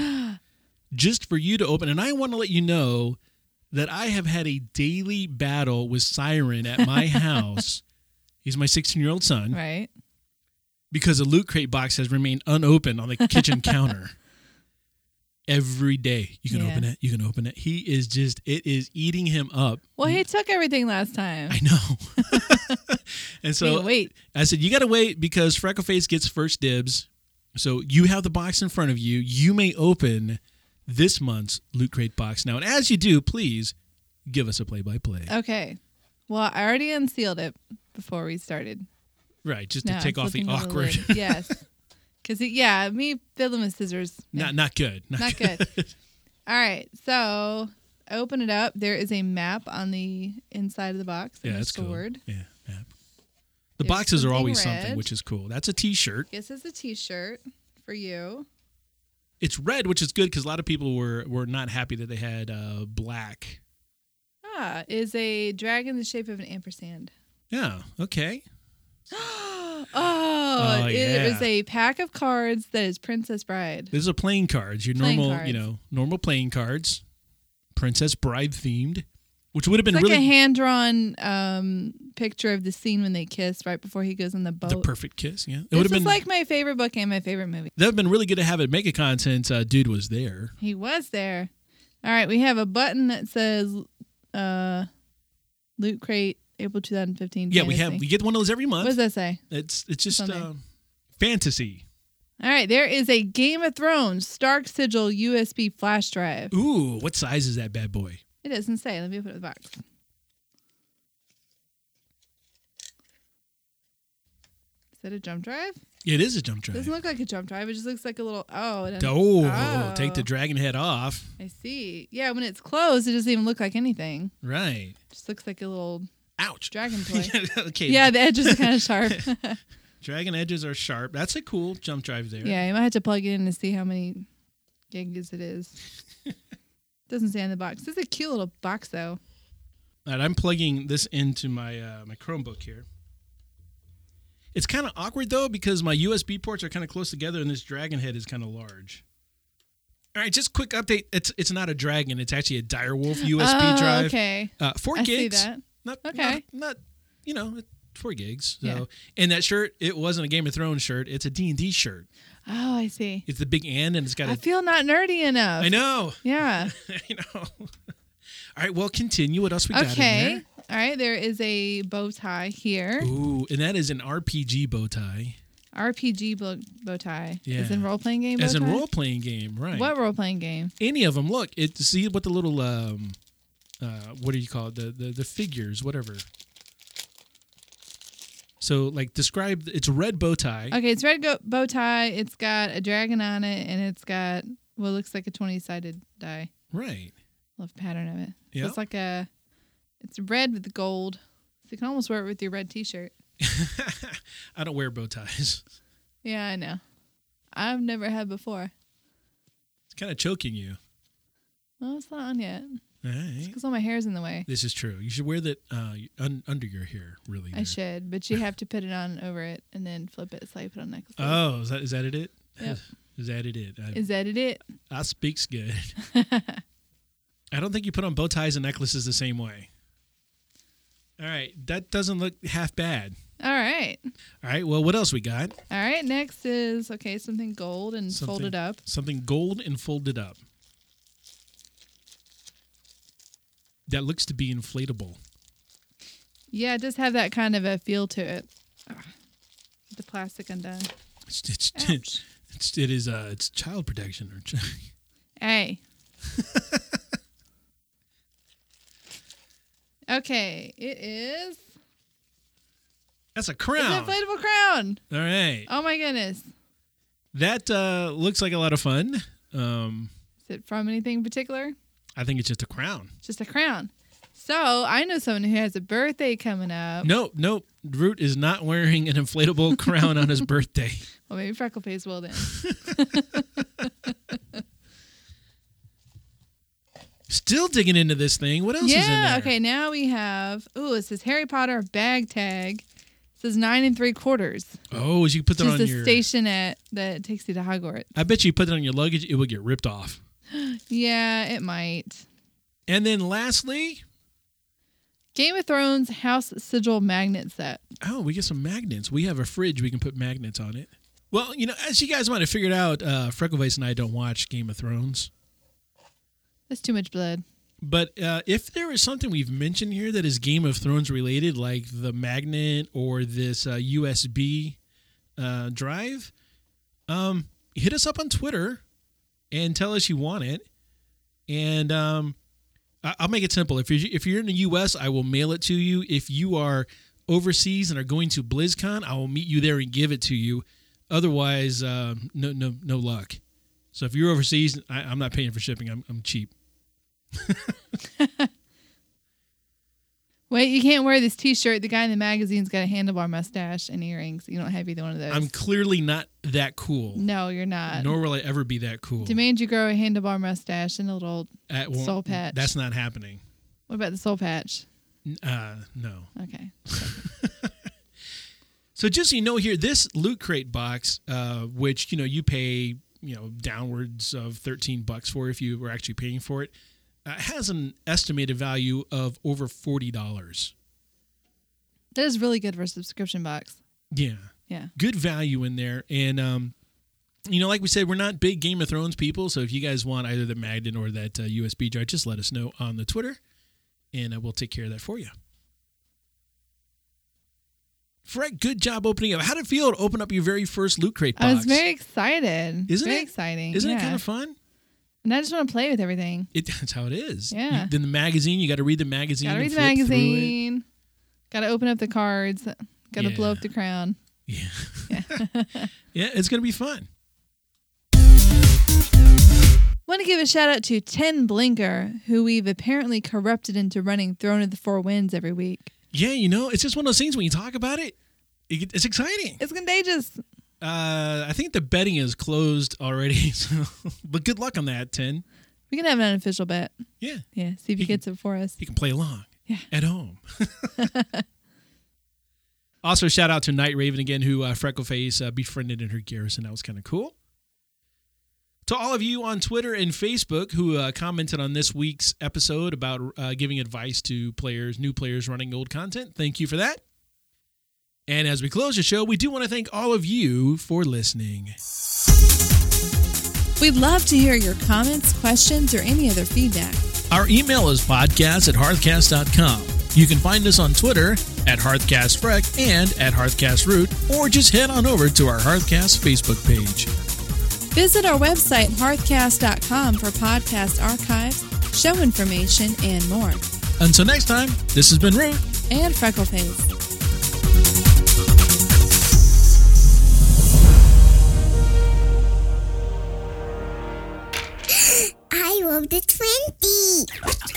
just for you to open. And I want to let you know that I have had a daily battle with Siren at my house. He's my 16 year old son Right. because the loot crate box has remained unopened on the kitchen counter every day. You can Yeah. open it. You can open it. He is just it is eating him up. Well, he took everything last time. I know. and so Wait, wait. I said, you got to wait because Freckleface gets first dibs. So you have the box in front of you. You may open this month's loot crate box now. And as you do, please give us a play by play. Okay. Well, I already unsealed it before we started. Right, just Now to take I'm off the flipping over the awkward. lid. yes. Because, yeah, me fiddling with scissors. no. not not good. Not good. All right. So I open it up. There is a map on the inside of the box. and Yeah, that's it's cool. stored. Yeah, yeah. The There's boxes are something always red. something, which is cool. That's a T-shirt. This is a T-shirt for you. It's red, which is good because a lot of people were were not happy that they had uh, black. Ah, is a dragon in the shape of an ampersand. Yeah. Okay. Oh, Oh, it is yeah. a pack of cards that is Princess Bride. These are playing cards. Your Playing normal, you cards. know, normal playing cards. Princess Bride themed, which would have been It's like really a hand drawn um, picture of the scene when they kiss right before he goes on the boat. the perfect kiss. Yeah. It this would is have been like my favorite book and my favorite movie. that would have been really good to have at Mega Content. Uh, dude was there. He was there. All right, we have a button that says uh Loot Crate April 2015. Yeah, we have fantasy. we get one of those every What month. does that say? It's it's just on there? um, fantasy. All right, there is a Game of Thrones Stark Sigil USB flash drive. Ooh, what size is that bad boy? It doesn't say. Let me put it in the box. that a jump drive? It is a jump drive. Doesn't look like a jump drive. It just looks like a little oh. And an- oh, take the oh. dragon head off. I see. Yeah, when it's closed, it doesn't even look like anything. Right. It just looks like a little Ouch. dragon toy. okay. yeah, the edges are kind of sharp. Dragon edges are sharp. That's a cool jump drive there. yeah, you might have to plug it in to see how many gigs it is. doesn't say on the box. It's a cute little box though. All right, I'm plugging this into my uh, my Chromebook here. It's kind of awkward though because my USB ports are kind of close together and this dragon head is kind of large. All right, just quick update. It's it's not a dragon. It's actually a direwolf USB Oh, drive. Okay. Uh, four I see gigs. that. Not Okay. Not, not you know it- four gigs. So Yeah. and that shirt, it wasn't a Game of Thrones shirt. It's a D and D shirt. Oh, I see. It's the big N and it's got I a. feel not nerdy enough. I know. Yeah. I know. All right, well, continue. What else we got? in okay. there? All right. There is a bow tie here. Ooh, and that is an RPG bow tie, RPG bow, bow tie. As Yeah. in role playing game. as bow in tie? role playing game, right? What role playing game? Any of them. Look, it see what the little um, uh, what do you call it? The the, the figures, whatever. So like describe it's a red bow tie. Okay, it's red go- bow tie. It's got a dragon on it, and it's got what looks like a twenty sided die. Right. Love pattern of it. So Yeah. it's like a, it's red with gold. So you can almost wear it with your red t shirt. I don't wear bow ties. Yeah, I know. I've never had before. It's kind of choking you. Well, it's not on yet All right. because all my hair's in the way. This is true. You should wear that uh, un- under your hair, really. I there. should, but you have to put it on over it and then flip it so I put on necklace. Oh, is that is that it? It Yep. is that it? It. I, Is that it? it? I speaks good. I don't think you put on bow ties and necklaces the same way. All right, that doesn't look half bad. All right. All right, well, what else we got? All right. Next is okay, something gold and Something- folded up. Something gold and folded up. That looks to be inflatable. Yeah, it does have that kind of a feel to it. Ah, The plastic undone. It's, it's, Ouch. it's it is uh it's child protection or chi- Hey. okay, it is that's a it's crown. an inflatable crown. All right, Oh my goodness. that uh, looks like a lot of fun. Um, Is it from anything in particular? I think it's just a crown. It's just a crown. So I know someone who has a birthday coming up. Nope, nope. Root is not wearing an inflatable crown on his birthday. Well, maybe Freckleface will then. Still digging into this thing. What else is in yeah. there? Okay. Now we have. Ooh, it says Harry Potter bag tag. It says nine and three quarters. Oh, is you put that Just on a your. station at that takes you to Hogwarts. I bet you put that on your luggage, it would get ripped off. Yeah, it might. And then lastly, Game of Thrones house sigil magnet set. oh, we get some magnets. We have a fridge. We can put magnets on it. Well, you know, as you guys might have figured out, uh, Freckleface and I don't watch Game of Thrones. That's too much blood. But uh, if there is something we've mentioned here that is Game of Thrones related, like the magnet or this uh, USB uh, drive, um, hit us up on Twitter and tell us you want it. And um, I- I'll make it simple. If you're if you're in the U.S., I will mail it to you. If you are overseas and are going to BlizzCon, I will meet you there and give it to you. Otherwise, uh, no no no luck. So if you're overseas, I, I'm not paying for shipping. I'm, I'm cheap. Wait, you can't wear this T-shirt. The guy in the magazine's got a handlebar mustache and earrings. You don't have either one of those. I'm clearly not that cool. no, you're not. Nor will I ever be that cool. Demand you grow a handlebar mustache and a little. That won't- soul patch. That's not happening. What about the soul patch? N- Uh, no. Okay. So just so you know here, this loot crate box, uh, which you know you pay you know downwards of thirteen bucks for if you were actually paying for it, uh, has an estimated value of over forty dollars. That is really good for a subscription box. Yeah. Yeah. good value in there. And um, you know, like we said, we're not big Game of Thrones people. So if you guys want either the Magnet or that uh, USB drive, just let us know on the Twitter, and uh, we'll take care of that for you. Fred, good job opening up. How did it feel to open up your very first loot crate box? I was very excited. Isn't very it? exciting. Isn't yeah. it kind of fun? And I just want to play with everything. It, that's how it is. You- Yeah. then the magazine, you got to read the magazine. Gotta and read the flip through it. magazine. Gotta open up the cards. Gotta blow Yeah. up the crown. Yeah. yeah, it's going to be fun. Want to give a shout out to Ten Blinker, who we've apparently corrupted into running Throne of the Four Winds every week. Yeah, you know, it's just one of those things when you talk about it, it get- it's exciting. It's contagious. Uh, I think the betting is closed already, so, but good luck on that, Ten. We can have an unofficial bet. Yeah, Yeah, see if he You can- gets it for us. you can play along Yeah. at home. also, shout out to Night Raven again, who uh, Freckleface uh, befriended in her garrison. That was kind of cool. To all of you on Twitter and Facebook who uh, commented on this week's episode about uh, giving advice to players, new players running old content, thank you for that. And as we close the show, we do want to thank all of you for listening. We'd love to hear your comments, questions, or any other feedback. Our email is podcast at hearthcast.com. You can find us on Twitter at HearthcastFreck and at HearthcastRoot, or just head on over to our Hearthcast Facebook page. Visit our website, hearthcast.com, for podcast archives, show information, and more. Until next time, this has been Root. And Freckleface. I rolled a 20.